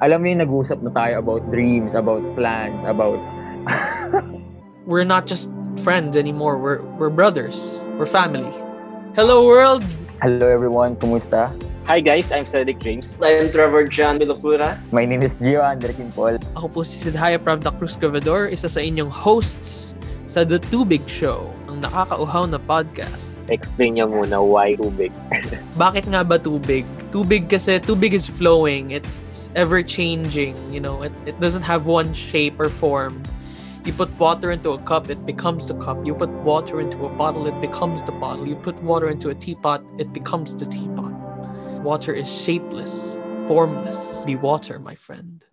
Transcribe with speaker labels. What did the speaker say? Speaker 1: alam mo yung nag-usap na tayo about dreams, about plans, about...
Speaker 2: We're not just friends anymore. We're we're brothers. We're family. Hello world.
Speaker 1: Hello everyone, kumusta?
Speaker 3: Hi guys, I'm Cedric James.
Speaker 4: I'm Trevor John Vilocura.
Speaker 1: My name is Gio Anderkin Paul.
Speaker 2: Ako po si Sidhaya Pravda Cruz Gravador, isa sa inyong hosts sa The Tubig Show, ang nakakauhaw na podcast.
Speaker 3: Explain niya muna why tubig.
Speaker 2: Bakit nga ba tubig? Tubig kasi tubig is flowing. It's ever changing, you know. It it doesn't have one shape or form. You put water into a cup, it becomes the cup. You put water into a bottle, it becomes the bottle. You put water into a teapot, it becomes the teapot. Water is shapeless, formless. Be water, my friend.